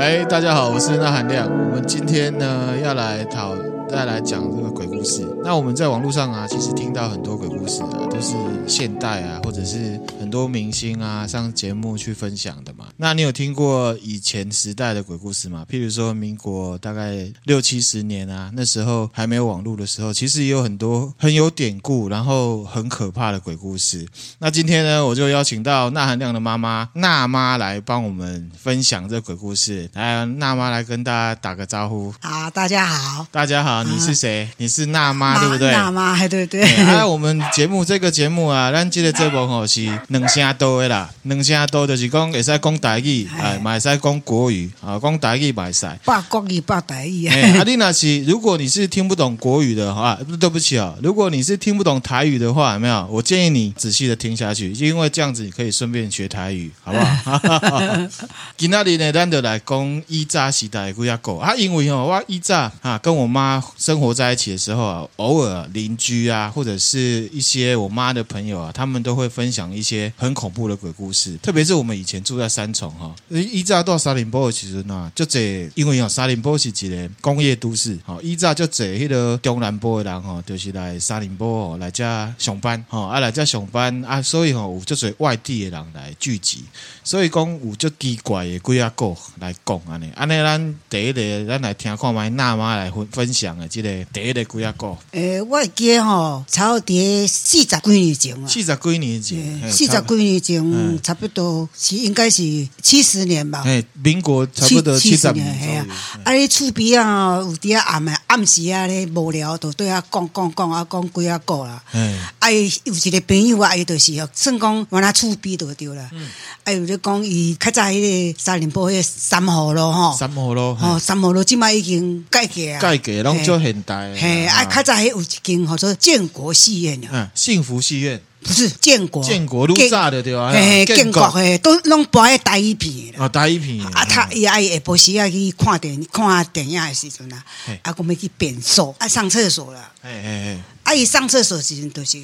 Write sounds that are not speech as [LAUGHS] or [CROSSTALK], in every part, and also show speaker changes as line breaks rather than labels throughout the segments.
哎大家好，我是那含亮。我们今天呢要来讨，再来讲这个鬼故事。那我们在网络上啊，其实听到很多鬼故事啊，都是现代啊，或者是很多明星啊上节目去分享的嘛。那你有听过以前时代的鬼故事吗？譬如说民国大概六七十年啊，那时候还没有网络的时候，其实也有很多很有典故，然后很可怕的鬼故事。那今天呢，我就邀请到那含亮的妈妈娜妈来帮我们分享这个鬼故事。来，娜妈来跟大家打个招呼。
好，啊大家好，
大家好，你是谁？你是娜妈，
妈
啊对不对？
大妈，对对
哎，
[LAUGHS]
啊，我们节目这个节目啊，咱这个节目吼是两声多的啦，两声多就是讲会使讲台语，哎，嘛会使讲国语，啊，讲台语嘛会使。
报国语，报台语啊，
哎，啊，你若是如果你是听不懂国语的话，不对不起哦，如果你是听不懂台语的话，有没有？我建议你仔细的听下去，因为这样子你可以顺便学台语，好不好？今仔日呢，咱就来讲以早时代的几只狗啊，因为哦，我以早啊跟我妈生活在一起的时候啊，偶尔邻居啊，或者是一些我妈的朋友啊，他们都会分享一些很恐怖的鬼故事，特别是我们以前住在三重哈、哦，以早到沙林波的时阵啊，就这因为哦，沙林波是一个工业都市，吼、哦，以早就这迄个中南部的人吼、哦，就是来沙林波哦来遮上班吼、哦，啊来遮上班啊，所以吼、有就侪外地的人来聚集，所以讲有足奇怪的几啊个来讲安尼，安尼咱第一个咱来听看卖娜妈来分分享的即个第一个几啊个，
诶，我会记得吼，差不多四十几年前啊，
四十几年前，
诶
嘿
四十几，年
嗯
前，差不多是应该是七十年吧，
哎，民国差不多七十年左
嘿
右哎
啊，，啊，你厝边啊，有伫啊暗啊，暗时啊咧无聊，就对啊讲讲讲啊，讲几啊个啦。
哎，
啊，伊有一个朋友啊，伊就是哦算讲原来厝边就对啦。
嗯
啊，有咧讲伊较早迄个沙林埔迄个三河路吼，
三号咯，嘿
哦，三河路即摆已经改革啊，
改革拢做现代的啦。
嘿，啊，较早迄有一间叫做建国戏院啊，
嗯，幸福戏院，
不是建国，
建国路炸的对吧？
嘿，建国嘿，都拢播迄台语片的啦。
啊，打一片
啊，他伊爱下晡时啊去看电看电影的时阵啊
嘿，
啊，我们去便所啊上厕所啦，
哎哎
啊，伊上厕所的时阵就是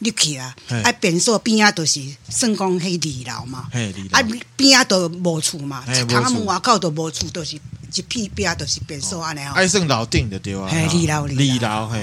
入去啊
嘿，
啊，便所边啊就是算讲迄二楼嘛，
嘿二
啊
楼
边啊都无厝嘛，
嘿无
窗仔
厝
门外口都无厝，都是一片边啊都是便所安尼
哎，
哦。
爱算老定的对啊吧？
嘿，二楼，
二楼，哦嘿，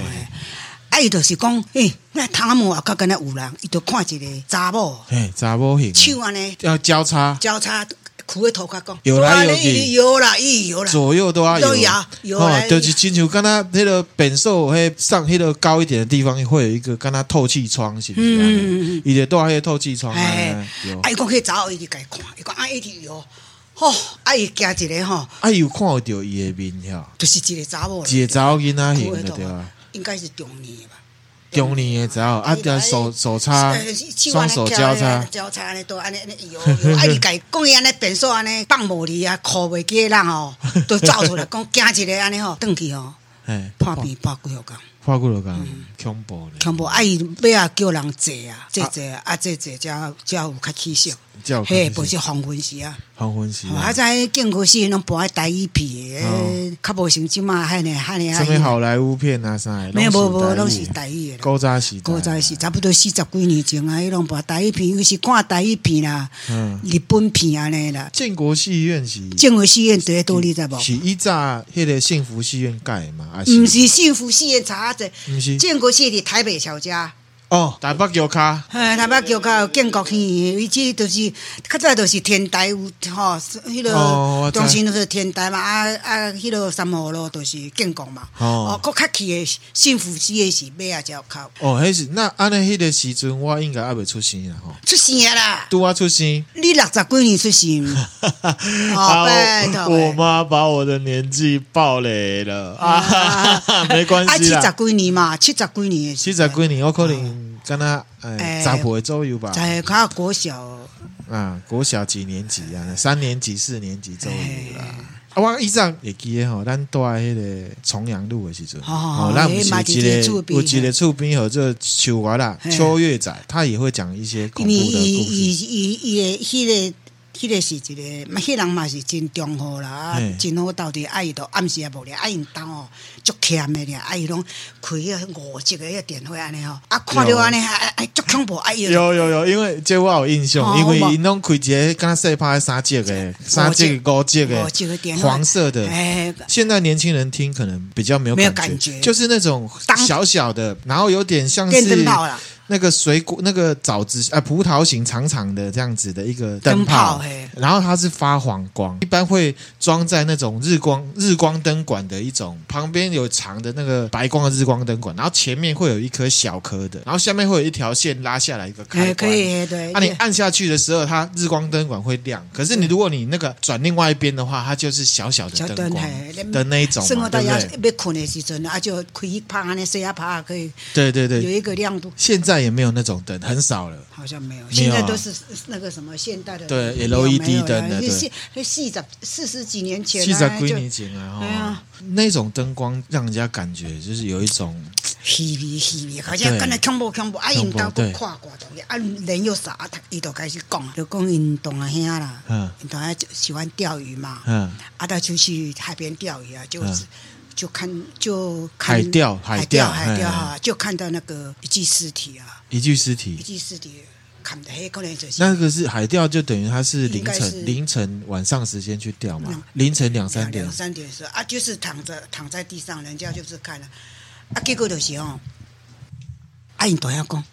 啊，伊就是讲，嘿，那窗仔门外口敢若有人，伊就看一个查某
嘿，查某型，
手安尼
要交叉，
交叉跍咧涂骹讲，
摇来摇去
哇你摇啦，伊摇啦，
左右都要
都摇
有，啊哦
摇来
就是亲像刚刚那个本寿，嘿，上那个高一点的地方会有一个跟它透气窗，是不是？嗯嗯嗯，伊就带那个透气窗，哎
哎，，
有
啊，，伊讲去查某伊就家看，伊讲啊，一直摇，吼，啊，伊惊一个吼，
啊，有看到伊的面条，
就是一个查某啦，
一个查某囡仔型
跍咧
的
涂
对啊
骹
吧？，
应该是中年的吧。
中年的查某，啊，手手叉，
呃
双哎手交叉。
交叉安尼都安尼安尼摇摇，啊伊家讲伊安尼变数安尼放无离啊，哭袂记的人哦，
[LAUGHS]
都走出来讲惊一个安尼吼，转去吼，
哎，
破病破几落工，
跨过了讲恐怖嘞，
全部啊伊尾啊叫人坐啊，坐坐啊坐坐，才才有较起色，
才有较起
嘿，
色
无是黄昏时啊，
黄昏时
啊
啊，
在建国时拢搬台语皮
哦
的，较无像即马汉呢汉呢
什么好莱坞片啊啥的，
没有无无，
拢
拢
是
是
台
台
语
语
的
的啦。
古早时代，
古早是差不多四十几年前啊，迄拢播台语片，有时看台语片啊啦、
嗯
日本片安尼啦。
建国戏院是
政府戏院第一多你知无？
是以早迄个幸福戏院盖的嘛，还
毋
是
是幸福戏院查者
毋是，
建国戏伫台北小家，
哦，台北桥卡，
嘿，台北桥较有建国戏院，伊即就是较早就是天台有吼，迄
哦我
落
知
中心就是天台嘛，啊啊，迄落三河路就是建国嘛。
哦
哦，搁较起的幸福戏院是尾啊才有靠
哦，迄是那安尼迄个时阵，我应该还未出生啦吼，
出生的啦，
拄我出生，
你六十几年出生。
啊我
哦拜托
我妈把我的年纪暴雷了啊哈哈， [LAUGHS] [LAUGHS] 没关
啊，
系
七
啦
十，几年嘛，七十几年的时
七
候，
十几年我可能敢若哎，
哎
十岁左右吧，
在看国小，
啊，国小几年级啊？三年级、四年级左右啦
哎。
啊，我以前会记得吼，咱住迄个重阳路的时阵，
哦哦
咱毋是有
哎
一
嘛是厝
个有
边
一个厝边和这秋娃啦、
嘿
秋月仔，他也会讲一些恐
因
怖
为
的故
伊
事。
伊伊伊的迄个迄个是一个，嘛迄人嘛是真忠厚啦，啊
嘿
真好斗地，啊伊都暗时也无咧，啊因兜吼足欠的咧，啊伊拢开迄五级的迄电话安尼吼，啊看着安尼啊啊啊足恐怖，啊伊就
有有有，因为这我有印象，
哦
因为
有无
伊拢开一个敢若细拍三折的，三折五折
五折的
的，
电话
黄色的。
哎
现在年轻人听可能比较没有
没有
感
感觉
就是那种
当
小小的，然后有点像
电
是
灯泡啦，
那个水果那个枣子啊、葡萄形长长的这样子的一个灯
灯
泡
泡嘿，
然后它是发黄光，一般会装在那种日光日光灯管的一种，旁边有长的那个白光的日光灯管，然后前面会有一颗小颗的，然后下面会有一条线拉下来一个开关。
哎可以嘿对，
啊，你
对
按下去的时候，它日光灯管会亮。可是你如果你那个转另外一边的话，它就是小小
小
的灯光
灯嘿
的那一种
生
嘛，
活到
对不
要
对？
要困的时阵，啊就开一趴安尼，洗啊趴啊可以
对对
有
对，
一个亮度，
现在也没有那种灯，很少了。
好像没有，
没有
现
啊
在都是那个什么现代的
对
没有
LED
没有啦啊
灯的对
四那四十四十几年前啊，
细在归
就
你景啊，
哎呀
哦，那种灯光让人家感觉就是有一种
稀微稀微，而且敢若恐怖恐怖，啊，
恐
因
怖
兜
对
佫看过同啊，人又傻，啊，伊就开始讲，就讲因大阿兄啦
嗯，
因大阿兄喜欢钓鱼嘛，
嗯
啊，他就去海边钓鱼啊，就
嗯
是就看就看
海钓海
海
钓嗯
海钓
嘿
哈，就看到那个一具尸体啊，
一具尸
一
体。
具尸体砍的黑，可能就是
那个是海钓，就等于它是凌
应该是
晨凌晨晚上时间去钓嘛
嗯，
凌晨两三点
两。三点的时候啊，就是躺着躺在地上，人家就是看了，啊，结果就是哦，啊，因大爷讲，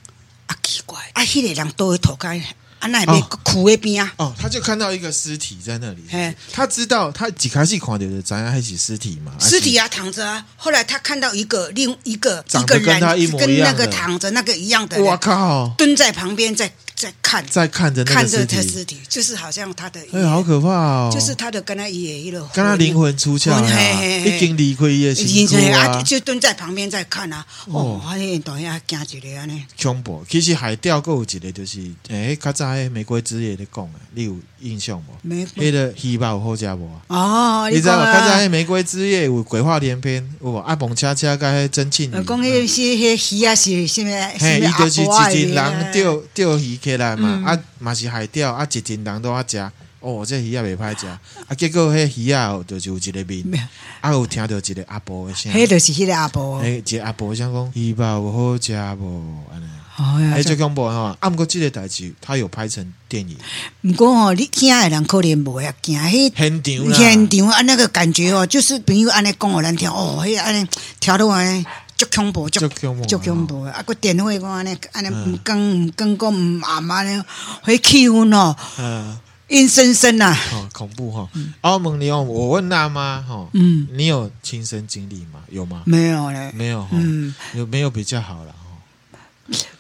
啊奇怪，啊，迄、个人倒在涂骹，啊，那边
哦
跍在边啊，
哦，他就看到一个尸体在那里
嘿，
他知道他几开始看到的，咱还是尸体嘛，
尸体
啊，
啊躺着啊，后来他看到一个另一个
长
一
得
个
跟
人
他一模一
跟
样
那
的
个躺着那个一样的
我
人
靠，
蹲在旁边在在看，
在看着那
看
个尸
着他
体，
尸体，就是好像他的
哎，好可怕哦，
就是他的跟他爷爷了，
刚刚灵魂出窍
魂 [LAUGHS] 嘿
了，
嘿嘿
已经离开夜
已
辛苦
经
啊
啊，，就蹲在旁边在看啊。
哦
哦，啊，那导演惊一个安尼，
恐怖。其实海钓还有一个就是，诶、较早迄玫瑰之夜咧讲诶，你有印象无？
没
迄个鱼肉有好食无？
哦，
你知
讲
道吗？较早
啊
迄，玫瑰之夜有鬼话连篇，有无啊，蹦恰恰甲迄真庆
呃
鱼，
讲迄是迄鱼啊是什么？
嘿，
什
伊
么
就是
阿婆啊
一群
那
人
个
钓钓鱼起来嘛，
嗯
啊嘛是海钓，啊一群人都啊食，哦，这鱼也袂歹食，啊结果迄鱼啊就是有一个
[LAUGHS] 没
面
有，
啊有听到一个阿婆的声，
迄就是迄个阿婆。
诶，一个阿婆想讲鱼肉有好食无？安尼。
哦呀
哎，最恐怖的吼！啊，毋过即个代志，他有拍成电影，
不过哦，你惊的人可能无遐惊，迄
现场啦，
现场啊那个感觉哦，就是朋友安尼讲互咱听，哦，迄安尼跳到安尼。足恐怖，足
足恐怖嗯
足恐怖的！啊，个电话讲安尼，安尼毋讲毋讲，讲毋暗安尼，迄气氛哦，
呃，
阴森森啊呐。
哦，恐怖哈！澳门你哦，我问娜妈哈，
嗯，
你有亲身经历吗？有吗？
没有嘞，
没有哈，
嗯
有没有比较好了哈？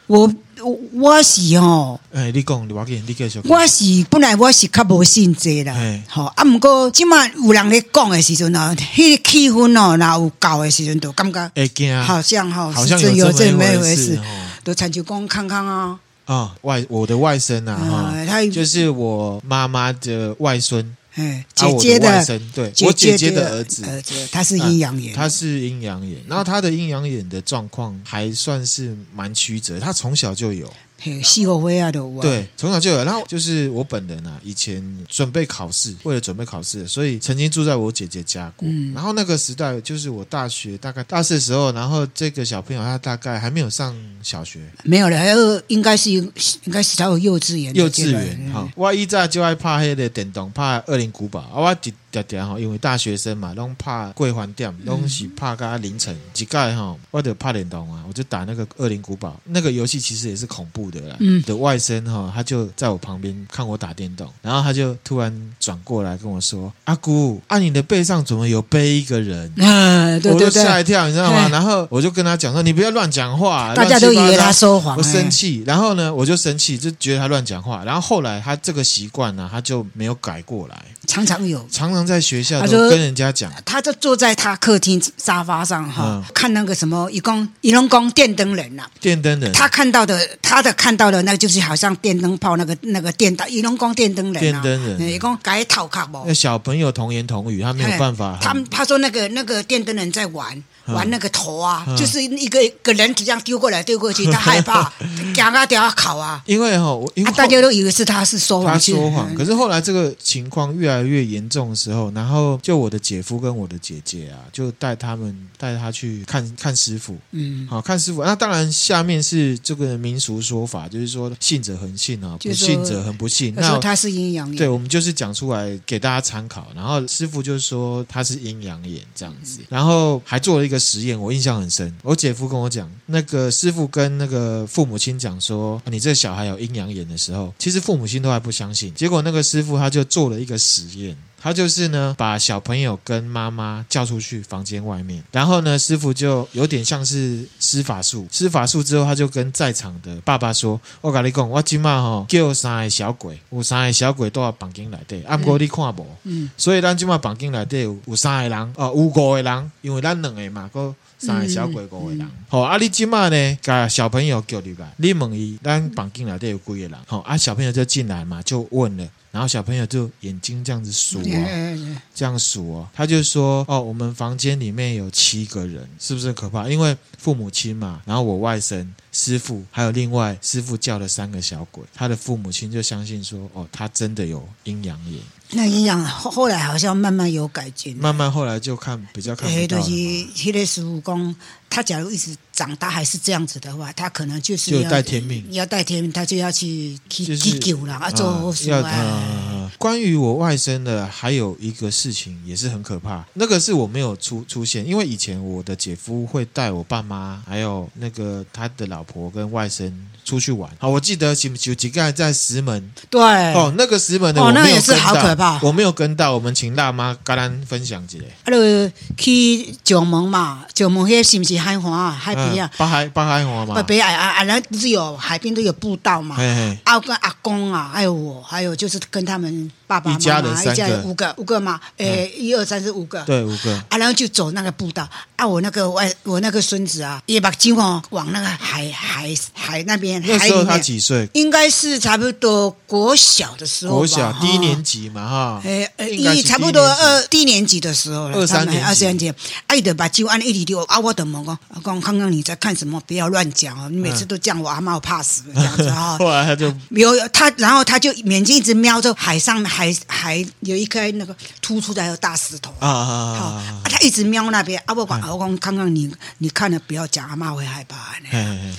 我我我是吼，
哎，你讲，我给你继续讲。
我是本来我是较无信这啦
嘿，
吼啊，毋过即马有人咧讲的时阵哦，迄、个气氛哦，若有够的时阵，就感觉
会惊啊，
好像吼，
好像
是真
有
有
这
这
么
么
一
一
回
回
事
事
哦，
就参就讲康康啊，
啊，外我的外甥啊
啊
哈
他，
就是我妈妈的外孙，
哎，
啊
姐姐
我的外
的，
甥，对我姐姐的儿子，啊
儿子他是阴阳眼，
他是阴阳眼，然后他的阴阳眼的状况还算是蛮曲折，他从小就有，
嘿，四五岁啊都有啊，
对，从小就有。然后就是我本人啊，以前准备考试，为了准备考试，所以曾经住在我姐姐家过。
嗯
然后那个时代就是我大学大概大四的时候，然后这个小朋友他大概还没有上小学，
没有了，还有应该是应该是到幼稚园的
幼
阶
稚
段，
园
嗯
哈、我以前就爱拍迄个电动，拍恶灵古堡啊，我直直直吼，因为大学生嘛，拢拍过饭店，
嗯
拢是拍到凌晨。一届吼，我就拍电动啊，我就打那个恶灵古堡，那个游戏其实也是恐怖的啦。
嗯
的外甥哈，他就在我旁边看我打电动，然后他就突然转过来跟我说：“阿姑，啊你的背上怎么有背一个人？”
啊， [LAUGHS] 对
我就
对
吓一
对，
跳，你知道吗？
哎
然后我就跟他讲说：“你不要乱讲话。”
大家都以为他说谎，
我
哎
生气，然后呢，我就生气，就觉得他乱讲话。然后后来他这个习惯呢、他就没有改过来，
哎常常有，
常常上在学校
他
都
说
跟人家讲，
他就坐在他客厅沙发上哈，
嗯
看那个什么，一共一龙宫电灯人呐、
电灯人，
他看到的，他的看到的，那就是好像电灯泡那个那个电灯，伊拢讲电灯人、啊，
电灯人哎
伊讲改头壳无
那，小朋友童言童语，他没有办法
哎
很，
他们他说那个那个电灯人在玩。
嗯
玩那个头啊，
嗯
就是一个一个人这样丢过来丢
[LAUGHS]
过去，他害怕，讲啊掉啊考啊，
因为哈，我因为
啊，
后
大家都以为是他是说
他
谎，
说谎，
其实
可是后来这个情况越来越严重的时候，然后就我的姐夫跟我的姐姐啊，就带他们带他去看看师傅，
嗯，
好看师傅。那当然，下面是这个民俗说法，就是说信者恒信啊，不
就是说
信者恒不信。
他
那
说他是阴阳
对，
眼，
我们就是讲出来给大家参考。然后师傅就说他是阴阳眼这样子，然后还做了一个实验，我印象很深。我姐夫跟我讲，那个师傅跟那个父母亲讲说，啊你这小孩有阴阳眼的时候，其实父母亲都还不相信。结果那个师傅他就做了一个实验。他就是呢，把小朋友跟妈妈叫出去房间外面，然后呢，师傅就有点像是施法术。施法术之后，他就跟在场的爸爸说：“我跟你讲，我今嘛吼叫三个小鬼，有三个小鬼都要房间内底，啊，不过你看无，
嗯，
所以咱即马房间内底有有三个人，哦，有五个人，因为咱两个嘛，个三个小鬼五个人。好、啊，你即马呢，甲小朋友叫入来，你问伊，咱房间内底有几个人？好、啊，小朋友就进来嘛，就问了，然后小朋友就眼睛这样子数
哎
哦，
哎哎
这样数哦，他就说，哦，我们房间里面有七个人，是不是很可怕？因为父母亲嘛，然后我外甥、师傅，还有另外师傅叫了三个小鬼，他的父母亲就相信说，哦，他真的有阴阳眼。
那阴阳后后来好像慢慢有改进，
慢慢后来就看比较看
哎，
不到
就
了
是
嘛，
迄个师傅讲，他假如一直长大还是这样子的话，他可能就是
就
要
带天命
要带天命，他就要去去、
就是
去救啦，啊，做好事
要
啊。
啊关于我外甥的，还有一个事情也是很可怕，那个是我没有出出现，因为以前我的姐夫会带我爸妈，还有那个他的老婆跟外甥出去玩。好，我记得有有几个在石门
对，啊，
哦，那个石门的
哦
我
那
没有
也是
跟
好
到
可怕
我没有跟到，我们请辣妈跟咱分享一下。
啊就去石门嘛，石门迄是不是海湾啊，海边啊
嗯，北海北海华嘛
北，北啊啊啊，那不是有海边都有步道嘛。
嘿嘿，
啊，跟阿公啊，还有我，还有就是跟他们爸爸妈妈，
一家人三个嗯
一家人五个，五个嘛，诶、一二三四五个，
对，五个
啊，然后就走那个步道啊，我那个外我那个孙子啊，也把睛哦往那个海海海那边
那
海
时
里
候他
面，
几岁？
应该是差不多国小的时候吧，
国小
哈
低年。级嘛，哈，
哎，呃
应该是
伊差不
低
多
年级
二低年级的时候了，
二三
他们
年级
二三年级，啊，伊就把酒按一直丢啊，我等问讲，啊讲康康你在看什么？不要乱讲哦，你每次都这样，我阿妈我怕死
嗯
了这样子啊。
[LAUGHS] 后来他就
[LAUGHS] 有他，然后他就眼睛一直瞄着海上海海有一颗那个凸出来的大石头
啊
好、
啊
啊，他一直瞄那边，啊，我讲，啊我讲，康康你你看了不要讲，阿妈会害怕呢。
啊！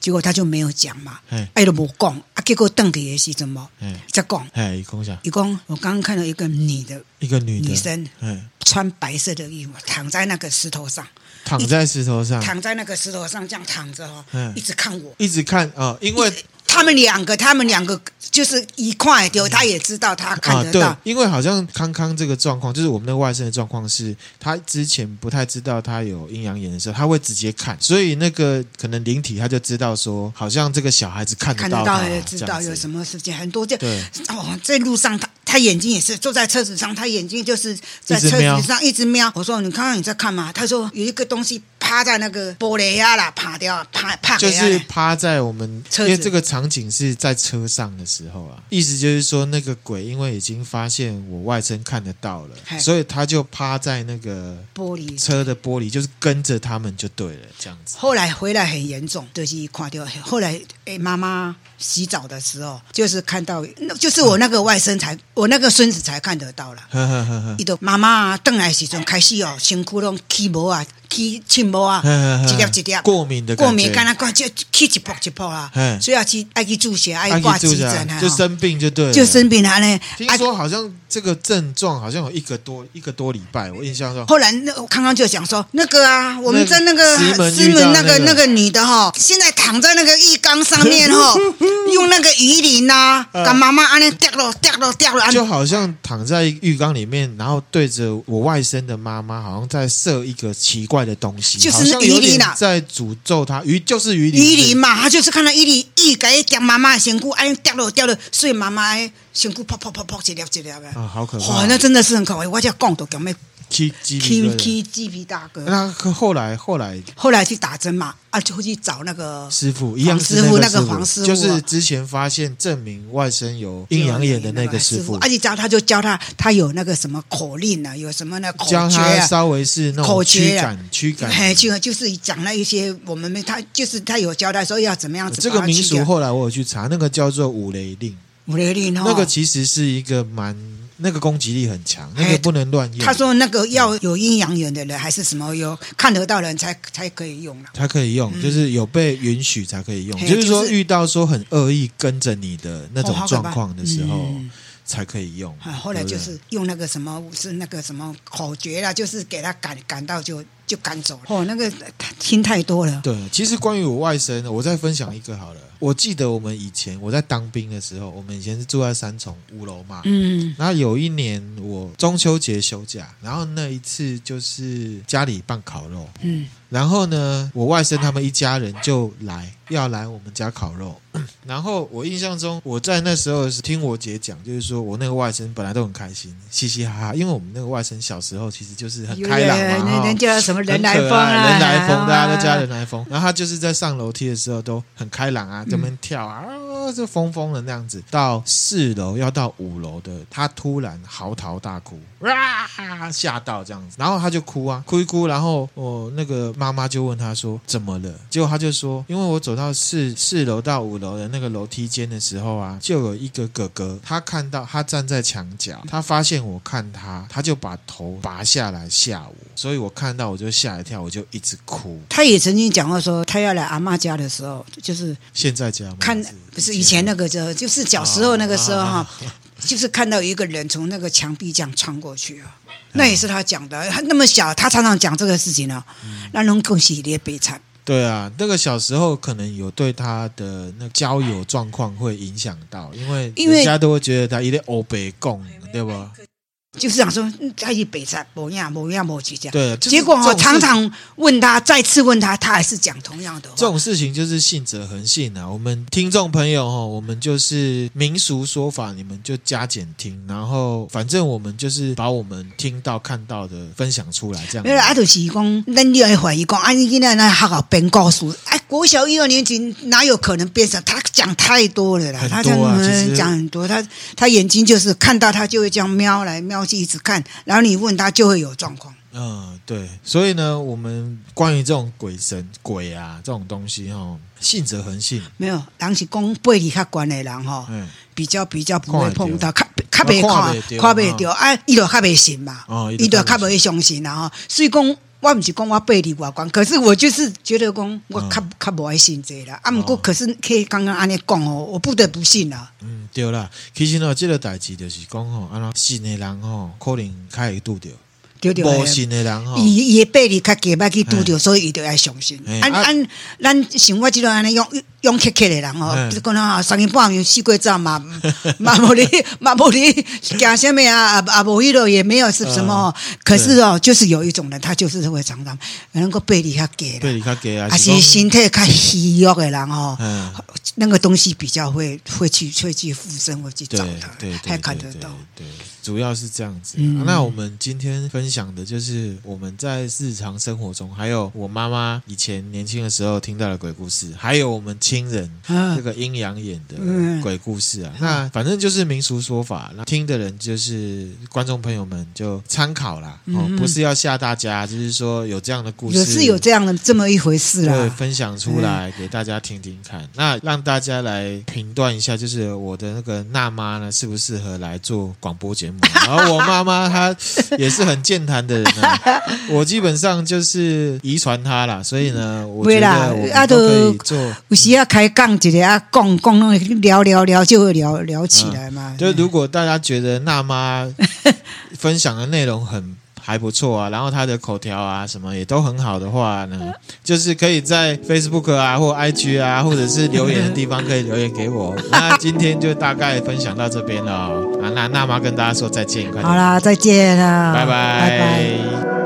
结果他就没有讲嘛
嘿，
哎，都没讲，啊，结果邓给也是怎么
嘿，
再讲，
哎，一共下
伊讲，我刚刚看到一个女的
一个女的
女生
哎，
穿白色的衣服躺在那个石头上，
躺在石头上，
躺在那个石头上这样躺着哦
嗯，
一直看我。
一直看啊，因为
他们两个，他们两个就是一块丢，他也知道，他看
嗯啊，
得
对
到。，
因为好像康康这个状况，就是我们那个外甥的状况是，他之前不太知道他有阴阳眼的时候，他会直接看，所以那个可能灵体他就知道说，好像这个小孩子看
看
到
得
他
到也知道有什
么，
么事情，很多就
对
哦，在路上他他眼睛也是坐在车子上，他眼睛就是在
一直
车
瞄
子上一直瞄。我说你看看你在看嘛？他说有一个东西趴在那个玻璃啊啦，趴掉啊，趴趴
就
给啊
是趴在我们，
车
因
子
为这个场景是在车上的时候啊，意思就是说那个鬼因为已经发现我外甥看得到了，
嘿
所以他就趴在那个
玻璃。
车的玻璃，就是跟着他们就对了，这样
[LAUGHS]
子。
后来回来很严重，就是垮掉。后来诶，妈妈洗澡的时候，就是看到，那就是我那个外甥才，我那个孙子才看得到了。
呵呵呵呵
伊就妈妈转来的时阵开始哦，身躯拢起毛啊，起青毛啊
嗯嗯，嗯
一粒一粒
过敏的感觉
过敏，敢若讲这起一泡一泡啦
嗯，
所以要去爱去注射，爱
安
挂
吉
急
住
诊
家
啊，
就
吼
生病就对了。
就生病了呢。
听
啊，
说好像这个症状好像有一个多一个多礼拜，我印象中。
后来那康康就讲说，那个啊，我们在那个
石门
师
遇到
门
那
那个
个
那个女的哈，现在躺在那个浴缸上面哈，
[LAUGHS]
用那个鱼鳞呐，
嗯
跟妈妈安尼掉落掉落掉落，安尼
就好像躺在浴缸里面，然后对着我外甥的妈妈，好像在射一个奇怪怪的东西，
就是
好像
鱼
有
鳞啊
点
啦
在诅咒他。鱼就是鱼鳞，
伊犁嘛，他就是看到伊犁，伊该掉妈妈的身躯，安尼掉落掉落，所以妈妈的身躯噗噗噗噗一粒一粒的。
啊好可怕
哇，那真的是很可怕。我这讲都讲咩
鸡鸡皮疙瘩
起起鸡皮大疙。
那可后来后来
后来去打针嘛，啊，就会去找那个
师傅一样是
黄师傅
那
那个黄师傅啊
就是之前发现证明外甥有阴阳眼的那个师傅，
而且教啊他就教他，他有那个什么口令啊，有什么那口
教
诀
他
啊。
稍微是那种
口
驱
诀啊
赶驱赶。
嘿，就就是讲了一些我们没他，就是他有交代说要怎么样子
这个
把它去
民
掉
俗后来我有去查，那个叫做五雷令，
五雷令哦，
那个其实是一个蛮那个攻击力很强，那个不能乱用。
他说那个要有阴阳眼的人，还是什么有看得到的人才才可以用啦。
它可以用，就是有被允许才可以用，
嗯嘿
就是说
就是
遇到说很恶意跟着你的那种
哦好可
状
怕
况的时候
嗯
才可以用。
啊，后来
对
就
不对
是用那个什么，是那个什么口诀啦，就是给他赶赶到就就赶走了。哦，那个他听太多了。
对，其实关于我外甥呢，我再分享一个好了。我记得我们以前我在当兵的时候，我们以前是住在三重乌楼嘛。
嗯，
然后有一年我中秋节休假，然后那一次就是家里办烤肉，
嗯，
然后呢，我外甥他们一家人就来要来我们家烤肉。 [COUGHS] 然后我印象中，我在那时候是听我姐讲，就是说我那个外甥本来都很开心，嘻嘻哈哈，因为我们那个外甥小时候其实就是很开朗嘛，
人
哈
人家什么人
很
来疯
可爱
啊，
人来疯，大家
啊
都叫人来疯。然后他就是在上楼梯的时候都很开朗啊，在那边跳啊，啊就疯疯的那样子。到四楼要到五楼的，他突然嚎啕大哭，哇，吓到这样子，然后他就哭啊，哭一哭，然后我那个妈妈就问他说怎么了，结果他就说，因为我走到四四楼到五楼的那个楼梯间的时候啊，就有一个哥哥，他看到他站在墙角，他发现我看他，他就把头拔下来吓我，所以我看到我就吓一跳，我就一直哭。
他也曾经讲过说，他要来阿妈家的时候，就是
现在这样吗
看不是以前那
个
个就就是小时候那个时候
啊啊
哈
啊，
就是看到一个人从那个墙壁这样穿过去啊，
嗯
那也是他讲的。他那么小，他常常讲这个事情啊，那能恭喜你的悲惨。
对啊，那个小时候可能有对他的那交友状况会影响到，因为
因为
人家都会觉得他一定欧北共，对吧？
就是想说，嗯他一悲惨，某样某样某几样。
对就是
结果
这
哈，
种事
常常问他，再次问他，他还是讲同样的
这
话。
种事情就是信者恒信啊。我们听众朋友哈，我们就是民俗说法，你们就加减听，然后反正我们就是把我们听到看到的分享出来，这样
没有啦，啊，就是讲，咱就来怀疑讲，啊，你今天那还好编告诉，哎，国小一二年级哪有可能变成？他讲太多了啦，
很
他
多啊
讲
其实
讲很多，他他眼睛就是看到他就会这样瞄来瞄去，一直看，然后你问他就会有状况。
嗯，对，所以呢，我们关于这种鬼神鬼啊这种东西哦，信者恒信，
没有，人是讲背离较悬的人吼，
嗯，
比较比较不会碰到，较较
得
袂
到
看
看不到，
看袂到，啊，伊就较袂信嘛
哦，
伊
他
就
就
较
较不
袂相信啦吼。所以讲，我毋是讲我背离外观，可是我就是觉得讲，我较较无爱信这个啦。啊，毋
嗯
过
哦
可是可以刚刚安尼讲哦，我不得不信啊啦。
嗯，对啦，其实呢，这个代志就是讲吼，安怎信的人吼，可能较会拄着；
对对
无
对，
信的人吼，
伊伊的背离较加捌去拄着，所以伊就爱相信
哦嘿。
按
啊
按咱像我即种安尼勇勇克克的人吼
嘿，
就是讲啊，三更半夜四过早嘛嘛无咧嘛无咧惊什么啊啊啊无迄落也没有是什
嗯
么哦。可是哦，就是有一种人，他就是会常常能够背离较低
对
啦，
你较低啊，
还是身体较虚弱的人哦
嗯，
那个东西比较会会去会去附身，会去
对
找他
对，对，
还看得
对对
到。嗯
对，主要是这样子啊、那我们今天分享的就是我们在日常生活中，还有我妈妈以前年轻的时候听到的鬼故事，还有我们亲人、
啊
这个阴阳眼的
嗯
鬼故事啊。那反正就是民俗说法，那听的人就是观众朋友们就参考啦，哦，不是要吓大家，就是说有这样的故事，
有嗯是有这样的啊这么一回事
对，
啦。
分享出来给大家听听看。那让大家来评断一下，就是我的那个娜妈呢，适不适合来做广播节
[LAUGHS]
目？然后我妈妈她 [LAUGHS] 也是很健谈的人啊，我基本上就是遗传她啦，所以呢，我觉
会啦
得我
啊
们都可以
都
做。
有时啊开讲一个啊，讲讲拢聊聊聊就会聊聊起来嘛。
[LAUGHS] 就如果大家觉得娜 [LAUGHS] 妈分享的内容很还不错啊，然后她的口条啊什么也都很好的话 [LAUGHS] 呢，就是可以在 Facebook 啊或 IG 啊，或者是留言的地方可以留言给 [LAUGHS] 我。那今天就大概分享到这边了哦啊，那娜妈跟大家说再见，快点，
好啦，再见啦，
拜拜
拜拜。
拜